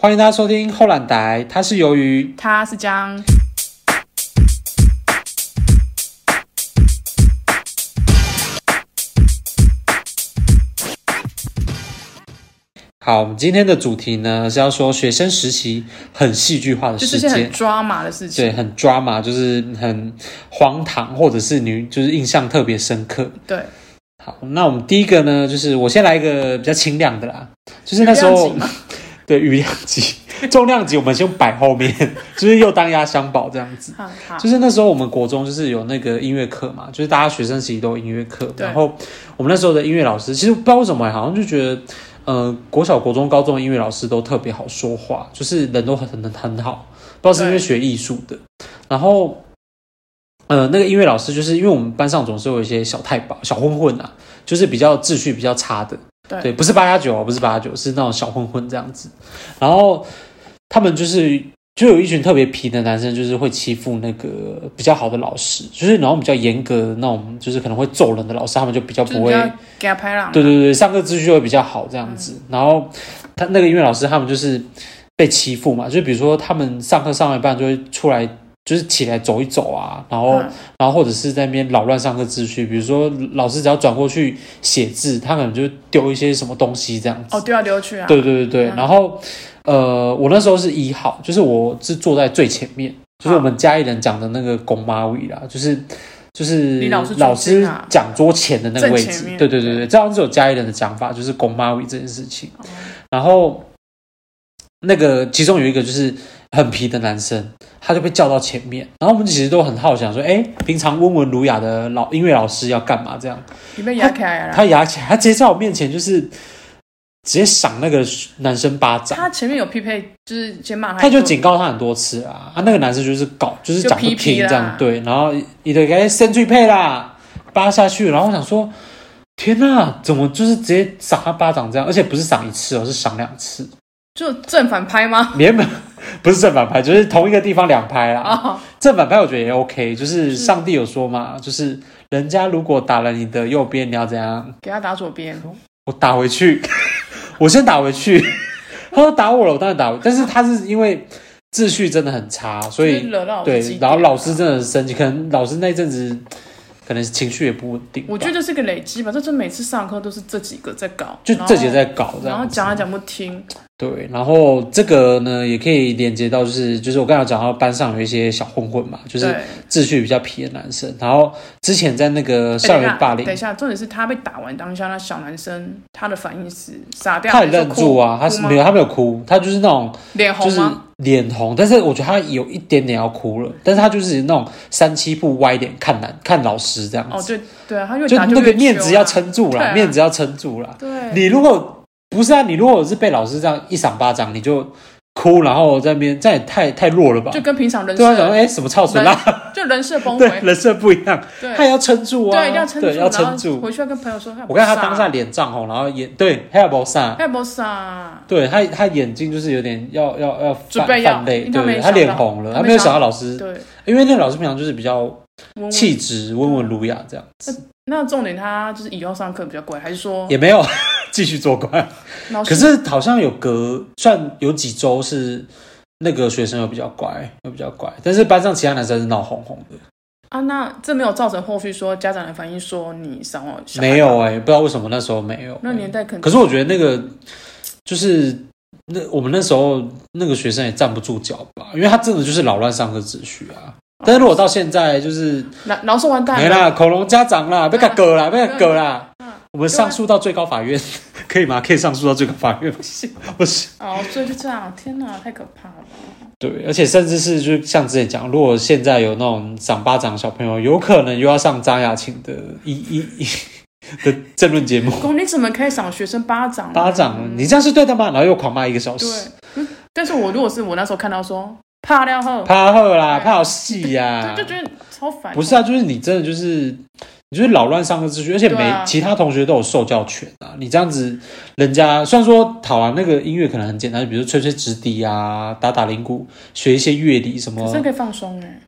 欢迎大家收听后懒台，它是由于他是将好，我们今天的主题呢是要说学生实习很戏剧化的就事是一些件很，抓马的事情，对，很抓马，就是很荒唐，或者是你就是印象特别深刻。对，好，那我们第一个呢，就是我先来一个比较轻量的啦，就是那时候有这样子吗 对余量级、 重量级，我们先摆后面，就是又当压箱宝这样子。好好就是那时候我们国中就是有那个音乐课嘛，就是大家学生时期都有音乐课，对然后我们那时候的音乐老师，其实不知道为什么、好像就觉得，呃，国小、国中、高中的音乐老师都特别好说话，就是人都很很很好，不知道是因为对学艺术的，然后。呃，那个音乐老师就是因为我们班上总是有一些小太保、小混混啊，就是比较秩序比较差的，对 对，不是八加九哦，不是八加九，是那种小混混这样子。然后他们就是就有一群特别皮的男生，就是会欺负那个比较好的老师，就是然后比较严格的那种，就是可能会揍人的老师，他们就比较就是不会。比较嗯给他拍浪，对对对，上课秩序会比较好这样子。然后他那个音乐老师他们就是被欺负嘛，就比如说他们上课上到一半就会出来，就是起来走一走啊，然后、嗯然后或者是在那边扰乱上课秩序，比如说老师只要转过去写字，他可能就丢一些什么东西这样子。哦丢来丢去啊，对对对对，嗯然后呃，我那时候是一号，就是我是坐在最前面，嗯就是我们家里人讲的那个公妈位啦，就是就是离老师最老师近啊讲桌前的那个位正前置。面对对对对，这样是有家里人的讲法，就是公妈位这件事情。哦然后那个其中有一个就是很皮的男生，他就被叫到前面，然后我们其实都很好奇，想说，哎，平常温文儒雅的老音乐老师要干嘛这样？你被压起来了啦。他牙起来，他直接在我面前就是直接赏那个男生巴掌，他前面有匹配，就是先骂他一就顿警告他很多次啊，啊那个男生就是搞，就是讲不就皮皮听啦这样，对，然后你的该伸最配啦，扒下去，然后我想说，天哪、怎么就是直接赏他巴掌这样，而且不是赏一次哦，是赏两次，就正反拍吗？ 原本 不是正反拍，就是同一个地方两拍啦。哦，正反拍我觉得也 OK，就是上帝有说嘛，就是人家如果打了你的右边，你要怎样？给他打左边，我打回去，我先打回去。他说打我了，我当然打回。但是他是因为秩序真的很差，所就是以惹到老师对急，然后点啊老师真的很生气，可能老师那阵子可能情绪也不稳定吧。我觉得这是个累积吧，这就每次上课都是这几个在搞，就然后这节在搞这然后样子，讲来讲不听，对，然后这个呢也可以连接到，就是就是我刚才有讲到班上有一些小混混嘛，就是对。秩序比较皮的男生，然后之前在那个哎校园霸凌等一下，等一下，重点是他被打完当下，那小男生他的反应是傻掉，他还也是愣哭住啊，他是哭吗没有他没有哭，他就是那种脸就红是吗？脸红，但是我觉得他有一点点要哭了，但是他就是那种三七步歪脸看男看老师这样哦，子，对对啊，他越嗯就打那个越面揪子啊要，撑住啦，对啊面子要撑住啦。对，你如果不是啊，你如果是被老师这样一赏巴掌，你就哭，然后在那边，这样也太太弱了吧就？跟平常人对啊，想说设哎、什么操水 啦，就人设崩对，毁，人设不一样，哎对他也要撑住啊，对，一定要撑住，对，要撑然后住。回去要跟朋友说，我看他当下脸涨红，然后眼对，他要不上，还不傻，对他他眼睛就是有点要要要准泛备要泛泪，因为他没对他想到脸红了，他他没没有想想到到老师对，因为那个老师平常就是比较温温气质、温文儒雅这样子，那重点他就是以后上课比较乖，还是说也没有 继续做官。老可师是好像有隔算有几周是那个学生有比较乖，有比较乖，但是班上其他男生是闹哄哄的，啊？那这没有造成后续说家长的反应说你伤我小孩没有哎、不知道为什么那时候没有、欸那年代可能可是我觉得那个就是那我们那时候那个学生也站不住脚吧，因为他真的就是扰乱上课秩序啊。但是如果到现在就是老老师完蛋没了，啦，恐龙家长啦，被他割啦，被他割啦嗯。我们上诉到最高法院， 可以吗？可以上诉到最高法院吗？ 不行不是，哦，所以就这样，天哪，太可怕了，对，而且甚至是就像之前讲，如果现在有那种长巴掌的小朋友，有可能又要上张雅琴的一一一 的政论节目，嗯公你怎么可以赏学生巴掌呢？巴掌，你这样是对的吗？然后又狂骂一个小对时，，嗯但是我如果是我那时候看到说怕掉后，怕好啦，对怕好戏呀就，就觉得超烦。啊欸不是啊，就是你真的就是。你就是扰乱上课秩序，而且对每啊其他同学都有受教权啊！你这样子，人家虽然说讨完那个音乐可能很简单，比如吹吹直笛啊、打打铃鼓、学一些乐理什么可，是可以放松哎、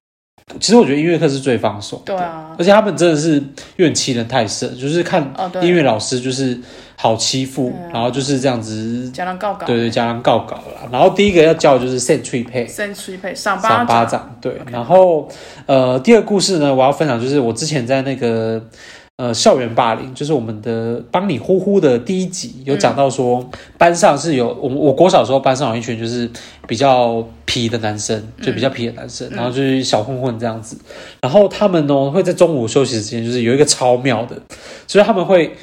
其实我觉得音乐课是最放松的，对啊而且他们真的是怨气人太深，就是看哦对，啊音乐老师就是好欺负，然后就是这样子，加上告告，对对，加上告稿啦。然后第一个要教的就是 century pay，三吹配上赏巴巴，掌，对。然后呃，第二个故事呢，我要分享就是我之前在那个呃校园霸凌，就是我们的帮你呼呼的第一集有讲到说，班上是有我我国小的时候班上有一群就是比较皮的男生，就比较皮的男生，然后就是小混混这样子。然后他们呢会在中午休息时间，就是有一个超妙的，就是他们会。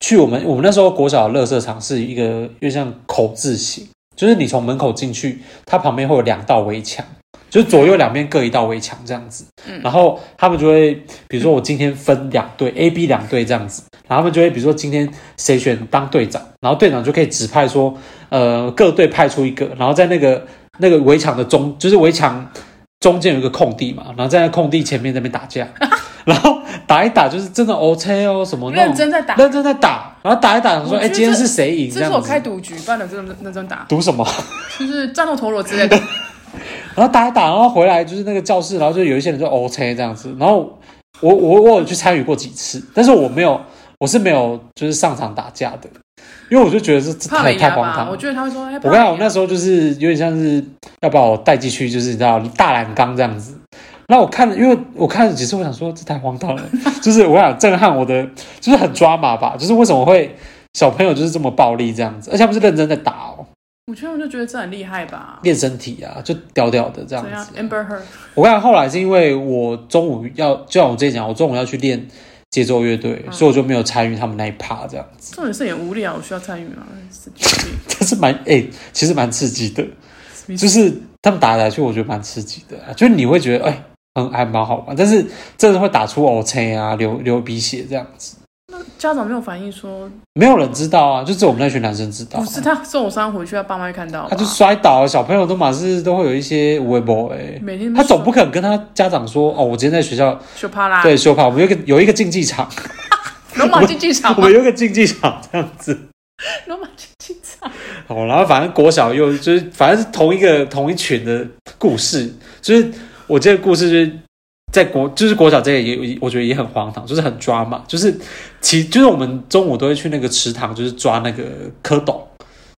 去我们我们那时候国小的垃圾场是一个有点像口字形，就是你从门口进去，它旁边会有两道围墙，就是左右两边各一道围墙这样子。然后他们就会，比如说我今天分两队，A、B 两队这样子，然后他们就会，比如说今天谁选当队长，然后队长就可以指派说，呃，各队派出一个，然后在那个那个围墙的中，就是围墙中间有一个空地嘛，然后在那空地前面那边打 架，然后打一打就是真的 OK 哦，什么那种认真在打。认真在打，然后打一打，想说我哎、觉得今天这是谁赢这这是样我子开赌局办的这种那种打，赌什么？就是战斗陀螺之类 的。然后打一打，然后回来就是那个教室，然后就有一些人就 O K 这样子。然后我我我有去参与过几次，但是我没有，我是没有就是上场打架的，因为我就觉得这这帕太梅太亚荒吧，唐我了。觉得他会说，哎，我帕跟你讲，梅我亚那时候就是有点像是要把我带进去，就是你知道大染缸这样子。那我看了，因为我看了几次，我想说这太荒唐了， 就是我想震撼我的，就是很抓马吧，就是为什么会小朋友就是这么暴力这样子，而且他们是认真在打哦，我觉得我就觉得这很厉害吧。练身体啊，就屌屌的这样怎样子。 ？Amber Heard，我看后来是因为我中午要，就像我之前讲，我中午要去练节奏乐队，嗯所以我就没有参与他们那一趴，这样 子，这种事很无聊，我需要参与吗？神经病但是蛮哎、其实蛮刺激的，什么意思就是他们打来打去，我觉得蛮刺激的啊，就是你会觉得哎、很还蛮好玩，但是真的会打出呕气啊，流流鼻血这样子，家长没有反应说，没有人知道啊，就只有我们那群男生知道啊、啊不是他受伤回去，他爸妈会看到吧。他就摔倒了，小朋友都马是都会有一些微博哎。每天他总不可能跟他家长说哦，我今天在学校就怕啦，对，修跑，我们有一个有一个竞技场，龙马竞技场我，们有一个竞技场这样子。龙马竞技场，好，哦然后反正国小又就是反正是同一个同一群的故事，就是我这个故事就是在国就是国小这个也也我觉得也很荒唐，就是很抓嘛，就是其就是我们中午都会去那个池塘，就是抓那个蝌蚪，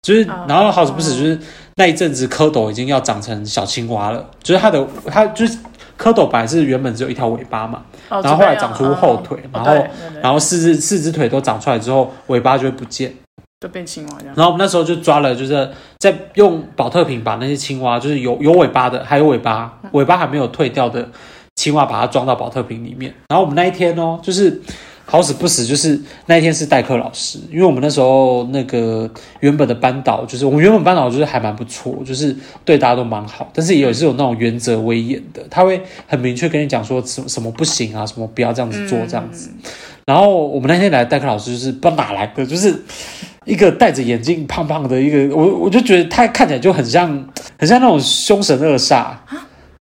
就是哦然后好死不死就是那一阵子蝌蚪已经要长成小青蛙了，就是它的它就是蝌蚪本来是原本只有一条尾巴嘛，然然后后来长出哦后腿然后然后后四只四只腿都长出来之后，尾巴就会不见。就变青蛙这样，然后我们那时候就抓了，就是在用保特瓶把那些青蛙，就是有有尾巴的，还有尾巴尾巴还没有退掉的青蛙，把它装到保特瓶里面。然后我们那一天哦，就是好死不死，就是那一天是代课老师，因为我们那时候那个原本的班导，就是我们原本班导就是还蛮不错，就是对大家都蛮好，但是也有是有那种原则威严的，他会很明确跟你讲说什么什么不行啊，什么不要这样子做这样子。然后我们那天来的代课老师就是不知道哪来的，就是一个戴着眼镜、胖胖的一个，我我就觉得他看起来就很像，很像那种凶神恶煞。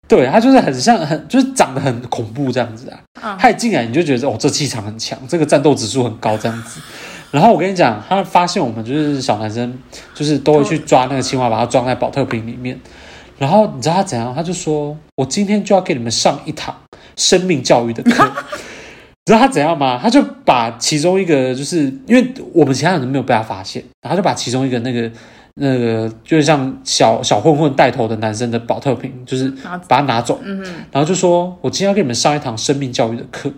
对他就是很像，很就是长得很恐怖这样子啊。嗯他一进来你就觉得哦，这气场很强，这个战斗指数很高这样子。然后我跟你讲，他发现我们就是小男生，就是都会去抓那个青蛙，把它装在保特瓶里面。然后你知道他怎样？他就说：“我今天就要给你们上一堂生命教育的课。”你知道他怎样吗？他就把其中一个，就是因为我们其他人都没有被他发现，然后他就把其中一个那个那个，就是像小小混混带头的男生的保特瓶，就是拿把它拿走，嗯哼，然后就说：“我今天要给你们上一堂生命教育的课，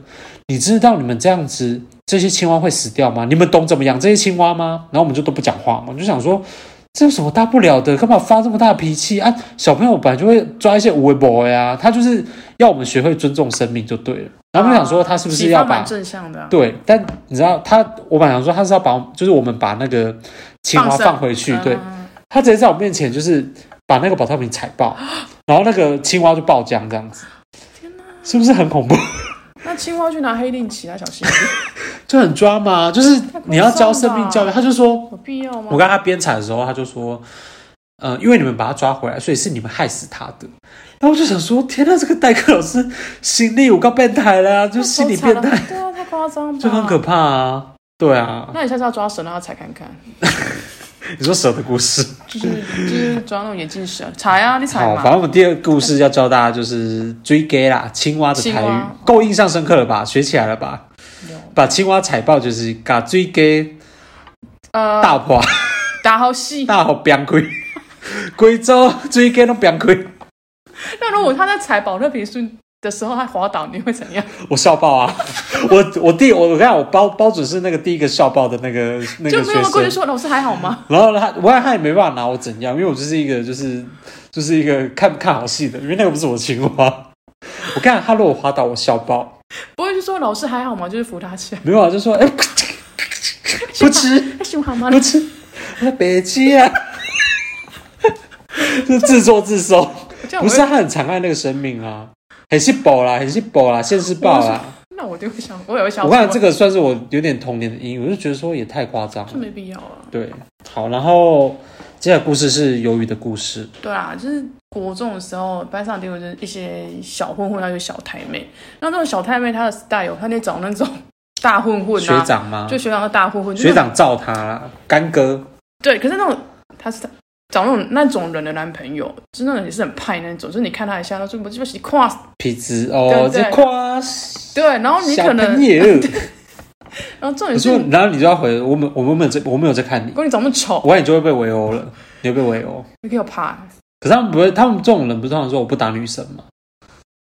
你知道你们这样子这些青蛙会死掉吗？你们懂怎么养这些青蛙吗？”然后我们就都不讲话嘛，我就想说。这有什么大不了的？干嘛发这么大脾气啊？小朋友本来就会抓一些无为 boy 啊，他就是要我们学会尊重生命就对了。然后我想说，他是不是启要发把蛮正向的啊，对，但你知道他，我本来想说他是要把，就是我们把那个青蛙放生放回去，对嗯他直接在我面前就是把那个保特瓶踩爆，然后那个青蛙就爆浆这样子，天哪，是不是很恐怖？ 那青蛙去拿黑令旗，那小心，就很抓嘛，就是你要教生命教育，太他就说，有必要吗？我跟他编采的时候，他就说，呃，因为你们把他抓回来，所以是你们害死他的。然后我就想说，天呐，这个代课老师心理有够变态了、啊，就那心理手变残态，了对啊，太夸张了，就很可怕啊。对啊，那你下次要抓绳让他踩看看，你说蛇的故事，就是就是抓那种眼镜蛇，踩啊，你踩好，嘛反。正我们第二个故事要教大家就是追 gay 啦， 青蛙的台青语蛙够印象深刻了吧？学起来了吧？有把青蛙踩爆就是嘎追 gay 呃，大 破打好戏。大好变亏， 贵州追 gay 都变亏，那如果他在踩保特瓶顺的时候他滑倒，你会怎样？我笑爆啊！ 我我第我我跟你讲，我包包准是那个第一个笑爆的那个那就个没学有过去生，说老师还好吗？然后他我看他也没办法拿我怎样，因为我就是一个就是就是一个看看好戏的，因为那个不是我青蛙。我看他如果滑倒，我笑爆。不会去说老师还好吗？就是扶他起来。 没有啊，就说哎、不吃。凶好吗？不啊吃，那北极 啊，是自作自受。这样不我是，啊会他很残害那个生命啊，很是宝啦，很是宝啦，现世报啦。那我就会想，我也会想。我看这个个算是我有点童年的阴影，我就觉得说也太夸张是了。没必要啊。对，好，然后接下来故事是鱿鱼的故事，对啊，就是国中的时候，班上都有一些小混混，还有小太妹。那那种小太妹，她的 style，她得找那种大混混啊，学长吗？就学长的大混混，就学那种长罩他啦，干哥。对。可是那种她是找那种那种人的男朋友，就是那种也是很派那种，就是你看他一下，他说我就是跨死，痞子哦，这对对夸对，然后你小可能朋， 友。然后重我点是说，然后你就要回我们，我们没有这，我没有在看你如，果你长那么丑，我看你就会被围殴了，你会被围殴。你可以有怕，可是他们不会，他们这种人不是通常说我不打女生吗？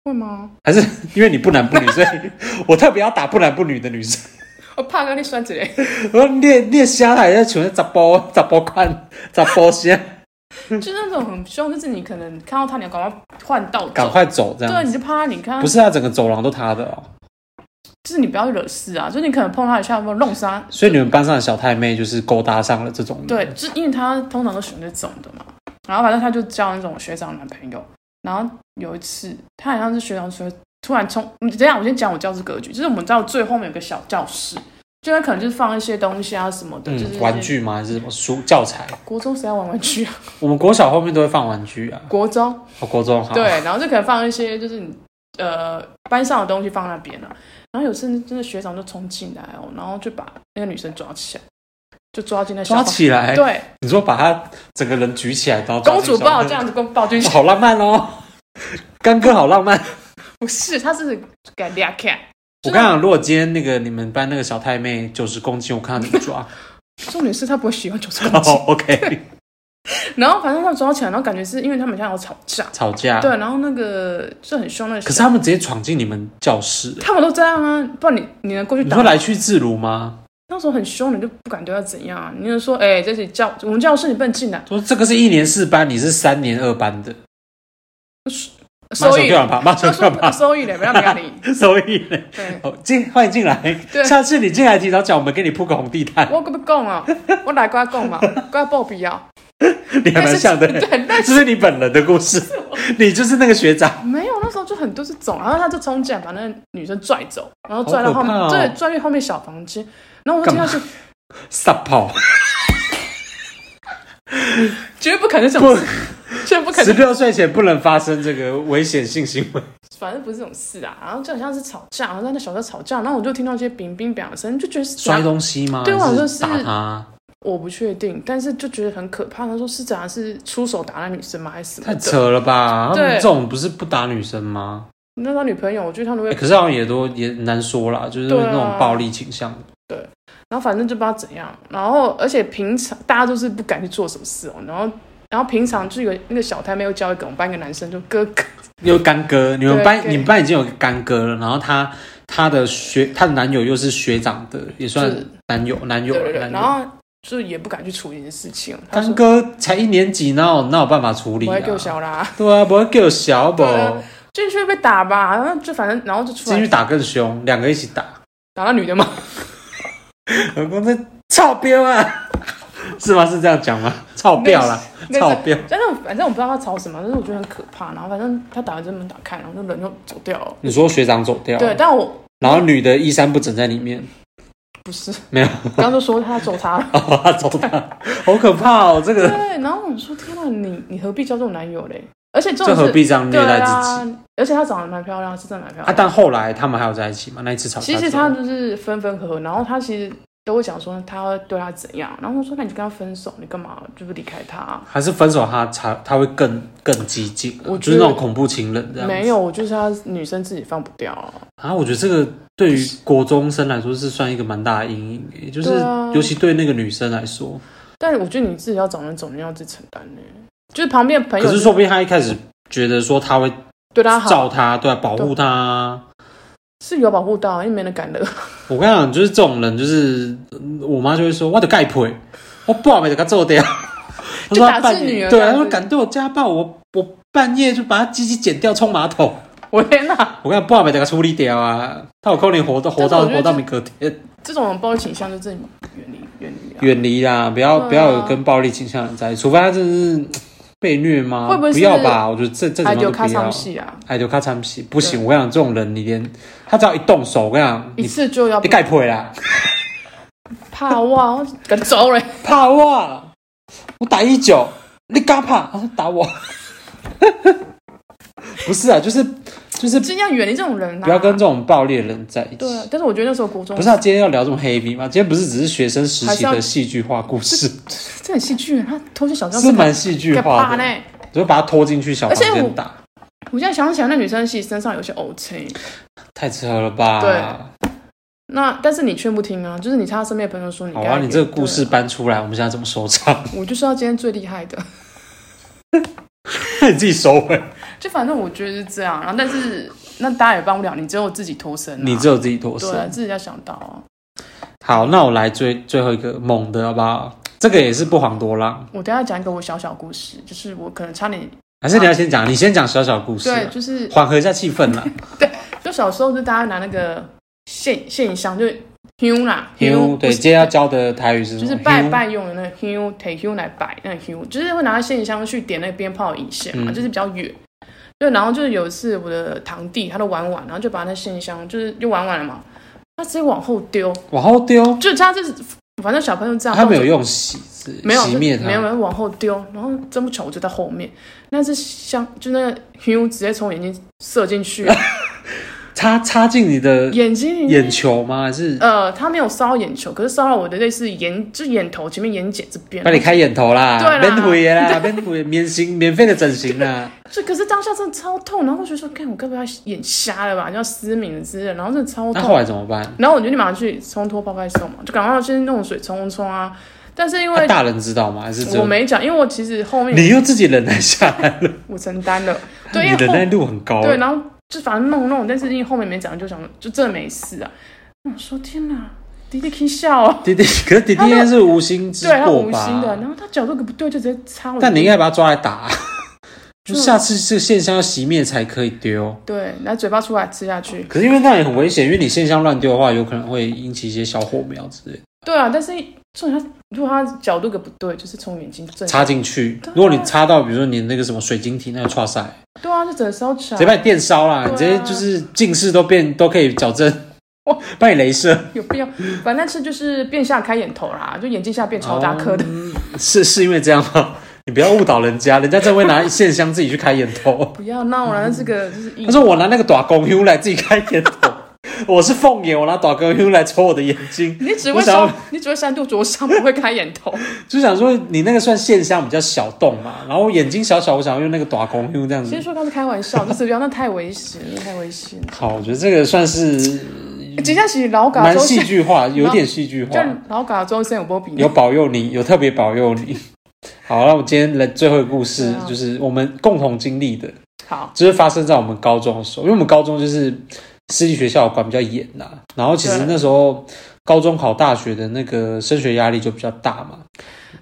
会吗？还是因为你不男不女，所 以我特别要打不男不女的女生？我哦怕跟你酸之类。我说你你的虾还在请问咋包咋包看咋包 先， 就那种很凶，就是你可能看到他，你要赶快换道走，赶快走这对，样。你就怕他，你看不他，是啊，整个走廊都他的哦。就是你不要惹事啊，就是你可能碰他一下，或弄伤，所以你们班上的小太妹就是勾搭上了这种人。对，就是因为他通常都喜欢这种的嘛。然后反正他就交那种学长男朋友。然后有一次，他好像是学长说突然冲，嗯等一下我先讲我教室格局，就是我们知道最后面有个小教室，就他可能就是放一些东西啊什么的，就是一嗯，些玩。具吗？还是什么书教材？国中谁要玩玩具啊？我们国小后面都会放玩具啊。国中哦，国中好。对，，然后就可能放一些就是你呃班上的东西放那边了、然后有次真的学长就冲进来哦，然后就把那个女生抓起来，就抓进那小抓房起来。对，你说把他整个人举起来，然后抓公主进小抱妹这样子公抱进去哦，好浪漫哦。干哥好浪漫。不是，他是给俩看，我跟你讲，如果今天那个你们班那个小太妹九十公斤，我看到你们 抓。重点是他不会喜欢九十 公斤。哦，OK，然后反正他抓起来，然后感觉是因为他们现在有吵架，吵架。对，然后那个就很凶那个小，啊可是他们直接闯进你们教室，他们都这样啊，不然你你能过去你打会？来去自如吗？那时候很凶，你就不敢对他怎样啊？你就说，哎、这是教我们教室，你不能进来。说这个是一年四班，你是三年二班的，马上收益就， 要怕，马就上就要说怕，收益嘞，不要不要理。 所以呢，对，哦，进欢迎进来，对下次你进来提早讲，我们给你铺个红地毯，我可不讲啊，我哪跟他讲嘛，跟他报比啊，你 还蛮像的， 对，那这是你本人的故事，你就是那个学长，没有，那时候就很多这种，然后他就冲进来把那个女生拽走，然后拽到好后可面，怕哦对，拽去后面小房间，然后我就听到是撒 跑，绝对不可能是 这不种，事，绝对不可十能，六岁前不能发生这个危险性行为，反正不是这种事啊。然后就很像是吵架，然后在那小时候吵架，然后我就听到一些冰冰冰的声音，就觉得是怎 摔样，东西吗？对我好像还是打他，我不确定，但是就觉得很可怕。他说是怎样是出手打那女生吗，还是什么太的？扯了吧？他们对这种不是不打女生吗？那他女朋友，我觉得他们会欸可是好像也都也难说啦，就是对啊那种暴力倾向。然后反正就不知道怎样，然后而且平常大家都是不敢去做什么事哦，然后然后平常就有那个小太妹又教一个我们班一个男生，就哥哥，又干哥，你们对班对你们班已经有个干哥了，然后他他的学他的男友又是学长的，也算是男友男友对对了对，男然友。后就也不敢去处理这件事情，他干说哥才一年级，哪有哪有办法处理我啊要？给我小 啦，对啊，不会给我小对宝啊进去被打吧，然后就反正然后就出进去来打更凶，两个一起打。打到女的嘛，老公在操彪啊， 是吗？是这样讲吗？操彪啦，那是操彪。但是我反正我不知道他吵什么，但是我觉得很可怕，然后反正他打完这门打开，然后那人就走掉了，你说学长走掉，对，，但我然后女的衣衫不整在里面， 不是，没有，，刚刚就说他走他了哦，他走掉，好可怕哦，这个。，对然后我说天啊，你你何必交这种男友嘞？而且这这种何是。必这样对虐待自己？啊、而且她长得蛮漂亮，是真的蛮漂啊！亮。但后来他们还有在一起吗？那一次吵架之其后，实她就是分分合合，然后她其实都会想说他要对他怎样，然后我说那你就跟他分手，你干嘛就是离开他、还是分手他才他会更更激进，啊就我是觉得那种恐怖情人这样子。没有，我就是他女生自己放不掉啊。啊，我觉得这个对于国中生来说是算一个蛮大的阴影耶，就是对啊尤其对那个女生来说。但是我觉得你自己要找人，总要自己承担呢、就是旁边的朋友可就是说不定他一开始觉得说他会对他好，照他，对啊，保护他啊。是有保护到，因为没人敢惹。 我跟你讲，就是这种人，就是嗯我妈就会说，我的盖腿，我不好没给他做 掉。她就说打她半字女夜儿对这啊，样她子说敢对我家暴，我我半夜就把他鸡鸡剪掉冲马桶。我天哪，我跟你讲，不好没给他处理掉啊，他有可能活到活但是到我觉得活到这没隔天。这种暴力倾向就自己远离远离啊。远离啦，不要、对啊不要有跟暴力倾向的人在一起，除非他真的是被虐吗？会不会是要吧？我觉得这这种还都有不卡要上。戏啊，哎，就咔嚓皮，不行！对我跟你讲，这种人你连他只要一动手，我跟你讲，一你次就要你盖破啦，怕哇， 敢走嘞。怕我，我打一九，你敢怕？啊打我？ 不是啊，就是就是尽量远离这种人啊。不要跟这种暴力的人在一起。对，啊但是我觉得那时候国中不是啊，今天要聊这么 heavy 吗？今天不是只是学生时还期是要的戏剧化故事，这很戏剧，他偷窃小是三蛮戏剧敢化怕的，呢。就把他拖进去小而房且我间打。我现在想起来，那女生其实身上有些呕气。太扯了吧！对那但是你却不听啊，就是你他身边的朋友说你好该。啊，你这个故事搬出来，我们现在怎么收场？ 对，我就是要今天最厉害的。你自己收回，就反正我觉得是这样，然后但是那大家也帮不了，你只有自己脱身、啊。你只有自己脱对啊，身。自己要想到啊。好，那我来最最后一个猛的，好不好？这个也是不遑多让，我等一下讲一个我小小故事，就是我可能差点还是你要先讲，你先讲小小故事啊，对，就是缓和一下气氛 啦。就小时候就大家拿那个线线香，就是 hu 啦 因对，不是今天要教的台语是什么？就是拜 Hue 拜用的那个 hu take hu 来拜那个 hu，就是会拿线香去点那个鞭炮引线嘛，嗯就是比较远。对，然后就是有一次我的堂弟他都玩完，然后就把那线香就是就玩完了嘛，他直接往后丢，往后丢，哦就是他就是反正小朋友这样，他没有用洗是没有洗面没有没啊，有往后丢，然后真不巧我就在后面，那只香就那个 hu 直接从我眼睛射 进去，插插进你的眼睛里面眼球吗？还是呃，他没有烧到眼球，可是烧到我的类似眼，就是眼头前面眼睑这边把。你开眼头啦？对啦免费的啦， 免费免行免费的整形啦。就可是当下真的超痛，然后我就说，看我该不要眼瞎了吧，要失明了之类的，然后真的超那后痛。来怎么办？然后我就立马去冲脱泡开送嘛，就赶快先弄水冲一冲啊。但是因那为大人知道吗？还是只有我没讲，因为我其实后面你又自己忍耐下来了，我承担了，对，你因为忍后耐度很高。啊对，然后就反正弄弄，但是因为后面没讲，就想就真的没事啊。我想说天哪，弟弟可以笑 哦，弟弟，可是弟弟应该是无心之对他过无心的，吧？然后他角度不对就直接插我的。但你应该把他抓来 打，啊就就下次这个线香要熄灭才可以丢。对，然后嘴巴出来吃下去。可是因为那样也很危险，因为你线香乱丢的话，有可能会引起一些小火苗之类的对啊，但是重点他如果他角度给不对，就是从眼睛正插进去。对啊如果你插到，比如说你那个什么水晶体那个刷塞，对啊，就整个烧起直接来，把你电烧啦，对啊你直接就是近视都变 都可以矫正哇，把你镭射。有必要？反正那次就是变下开眼头啦，就眼睛下变超大颗的。嗯是是因为这样吗？你不要误导人家，人家真的会拿线香自己去开眼头。 不要闹了，那这个就是一他说我拿那个短公 U 来自己开眼头， 我是凤眼，我拿短公 U 来戳我的眼睛，你只我会想要烧，你只会三度灼伤，不会开眼头。 就想说你那个算线香比较小洞嘛，然后我眼睛小小，我想要用那个短公 U 这样子先。说刚是开玩笑，就是不要，那太危险，那太危险。好，我觉得这个算是嗯真正是老嘎蛮周戏深，剧 化，有点戏剧就化，老嘎周深有波比呢有保佑你，有特别保佑你。好，那我今天来最后一个故事，对啊就是我们共同经历的，好，就是发生在我们高中的时候，因为我们高中就是私立学校管比较严呐、然后其实对那时候高中考大学的那个升学压力就比较大嘛，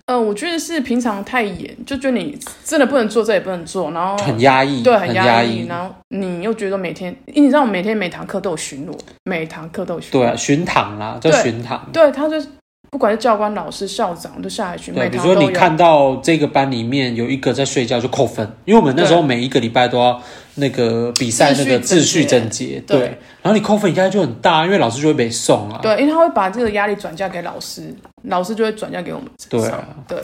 呃，我觉得是平常太严，就觉得你真的不能做，这也不能做，然后很压抑，哦对，很很压压抑。然后你又觉得每天，你知道我每天每堂课都有巡逻，每堂课都有巡逻。对啊，巡堂啦，叫对巡堂。对，他就不管是教官、老师、校长都下来巡，对，每比如堂说都你有。看到这个班里面有一个在睡觉就扣分，因为我们那时候每一个礼拜都要那个比赛那秩序个整洁秩序整洁，对对。然后你扣分压力就很大，因为老师就会被送啊。对，因为他会把这个压力转嫁给老师，老师就会转嫁给我们身对上。啊，对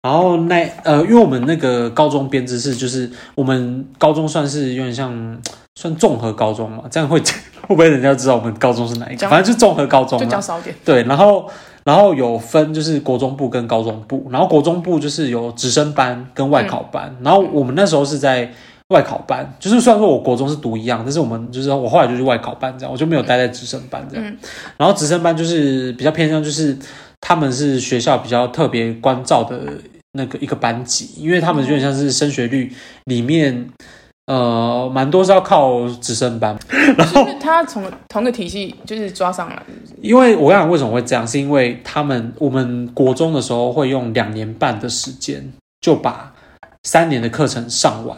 然后那呃，因为我们那个高中编制是，就是我们高中算是有点像算综合高 中嘛，这样会会不会人家知道我们高中是哪一个？讲反正就综合高中就啦讲。少点。对，然后然后有分就是国中部跟高中部，然后国中部就是有直升班跟外考班，然后我们那时候是在外考班，就是虽然说我国中是读一样，但是我们就是我后来就去外考班这样，我就没有待在直升班这样，嗯然后直升班就是比较偏向就是他们是学校比较特别关照的那个一个班级，因为他们有点像是升学率里面。呃，蛮多是要靠直升班，就是他从同个体系就是抓上来，是不是因为我跟你讲为什么会这样，是因为他们我们国中的时候会用两年半的时间就把三年的课程上完，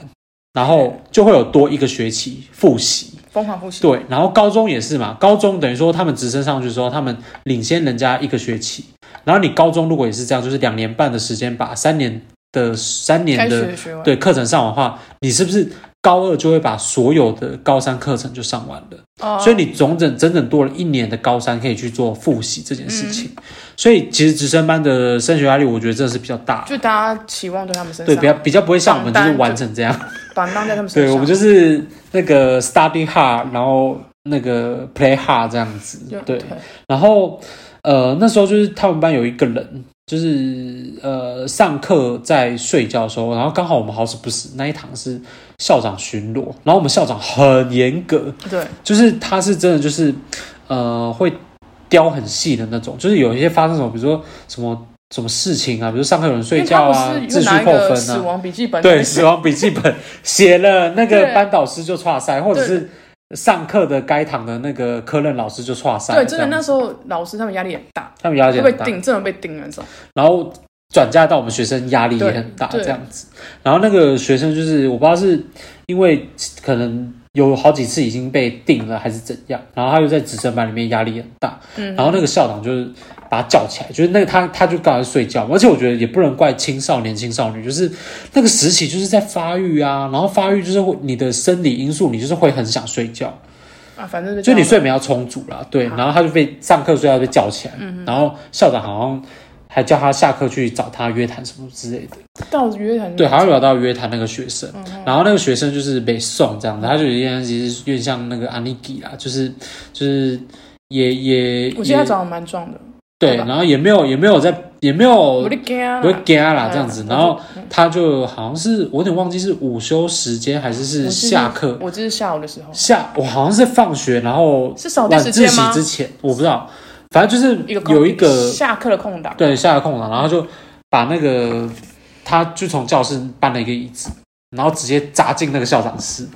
然后就会有多一个学期复习。疯狂复习。对，然后高中也是嘛，高中等于说他们直升上去之后，他们领先人家一个学期。然后你高中如果也是这样，就是两年半的时间把三年的三该年学的的学完，对课程上完的话，你是不是高二就会把所有的高三课程就上完了？哦，所以你整整整整多了一年的高三可以去做复习这件事情，嗯所以其实直升班的升学压力，我觉得真的是比较大，就大家期望对他们身上，对，比较比较不会像我们就是榜单完成这样，把浪在他们身对上。我们就是那个 study hard，然后那个 play hard 这样子就，对，然后呃那时候就是他们班有一个人，就是呃上课在睡觉的时候，然后刚好我们好死不死那一堂是校长巡逻，然后我们校长很严格，对，就是他是真的就是呃会雕很细的那种，就是有一些发生什么，比如说什么什么事情啊，比如上课有人因睡为觉他啊不是，秩又序拿一扣个分死啊，亡笔记本，对，死亡笔记本 写了那个对班导师就岔赛，或者对是上课的该堂的那个科任老师就岔赛，对，真的这样那时候老师他们压力也大，他们压力会被很大，盯，真的被盯那种。然后转嫁到我们学生压力也很大对这对样子。然后那个学生就是我不知道是因为可能有好几次已经被定了还是怎样，然后他又在直升班里面压力很大，嗯，然后那个校长就是把他叫起来，就是那个他他就刚才睡觉嘛，而且我觉得也不能怪青少年青少女，就是那个时期就是在发育啊，然后发育就是会你的生理因素，你就是会很想睡觉。啊，反正就这你样睡眠要充足啦，对，然后他就被上课睡觉被叫起来，嗯然后校长好像还叫他下课去找他约谈什么之类嗯的，到约谈对，好像有到约谈那个学生，嗯然后那个学生就是被送这样子，他就有点其实有点像那个阿尼基啦，就是就是也也我记得他也长得蛮壮的，对，对吧然后也没有也没有在也没有我的天啊，不会给啦嗯这样子，我然后他就好像是我有点忘记是午休时间还是是我记得下课。我这是下午的时候，下我好像是放学，然后是扫地晚时自间习吗？之前，我不知道，反正就是一个空有一个下课的空档，对下了空档，然后就把那个他就从教室搬了一个椅子，然后直接砸进那个校长室。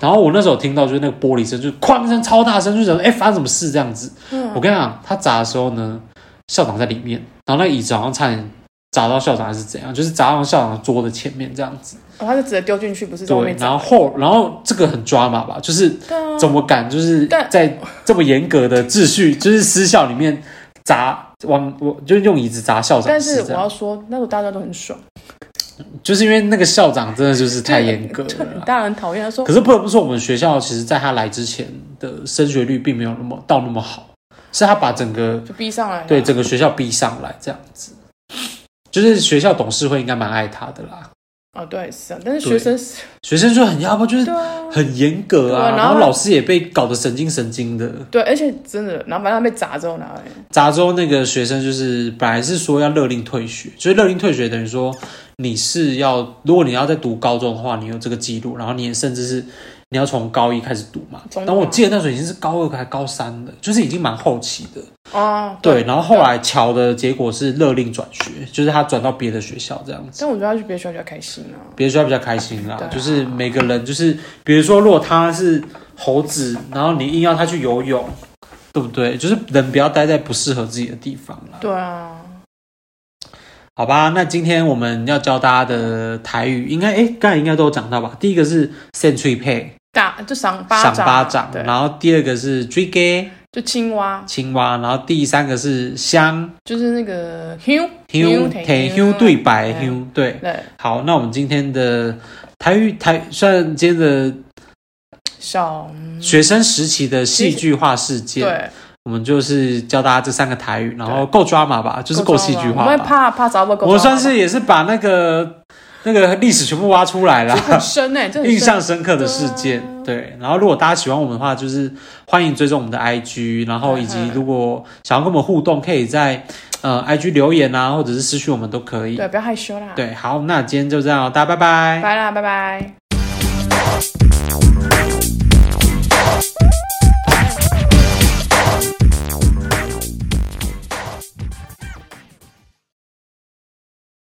然后我那时候听到就是那个玻璃声，就是哐一声超大声，就想说哎发生什么事这样子。嗯我跟你讲，他砸的时候呢，校长在里面，然后那个椅子好像差点砸到校长还是怎样，就是砸到校长的桌的前面这样子。哦，他就直接丢进去，不是在外对面，然后找。后然后这个很抓马吧，就是对啊，怎么敢就是但在这么严格的秩序，就是私校里面砸往我就是用椅子砸校长但室这是我样，要说，那时候大家都很爽，就是因为那个校长真的就是太严格 对了很啦。大人讨厌。他说可是不得不说，我们学校其实在他来之前的升学率并没有那么到那么好，是他把整个就逼上来了，对整个学校逼上来这样子。就是学校董事会应该蛮爱他的啦，哦，对是啊，但是对学生是学生就很要不就是对啊，很严格对啊，啊然然后后老师也被搞得神经神经的。对，而且真的，然后反正他被砸之后拿来，杂州那个学生就是本来是说要勒令退学，就是勒令退学等于说你是要，如果你要在读高中的话，你有这个记录，然后你也甚至是你要从高一开始读嘛。从但我记得那时候已经是高二还高三了，就是已经蛮后期的。哦，对，然后后来乔的结果是勒令转学，就是他转到别的学校这样子。但我觉得他去别的学校比较开心啊，别的学校比较开心啦，哦对啊就是每个人就是，比如说如果他是猴子，然后你硬要他去游泳，对不对？就是人不要待在不适合自己的地方啦。对啊，好吧，那今天我们要教大家的台语，应该哎，诶刚才应该都有讲到吧？第一个是 century pay，打就赏巴赏掌，啊巴掌，对，然后第二个是 d r i g 就青蛙，青蛙，然后第三个是香就是那个 hue 香甜甜香对白嗯香，对。对，好，那我们今天的台语台，虽然今天的小嗯学生时期的戏剧化事件，对，我们就是教大家这三个台语，然后够抓马吧，就是够戏剧我化们会吧。怕怕砸不够抓马，我算是也是把那个那那个历史全部挖出 来这很啦，深哎、这很深印象深刻的事件。对，然后如果大家喜欢我们的话，就是欢迎追踪我们的 IG，然后以及嗯如果想要跟我们互动，可以在呃 IG 留言啊，或者是私讯我们都可以对，。不要害羞啦，，对，好，那今天就这样哦，大家拜拜拜啦，拜拜。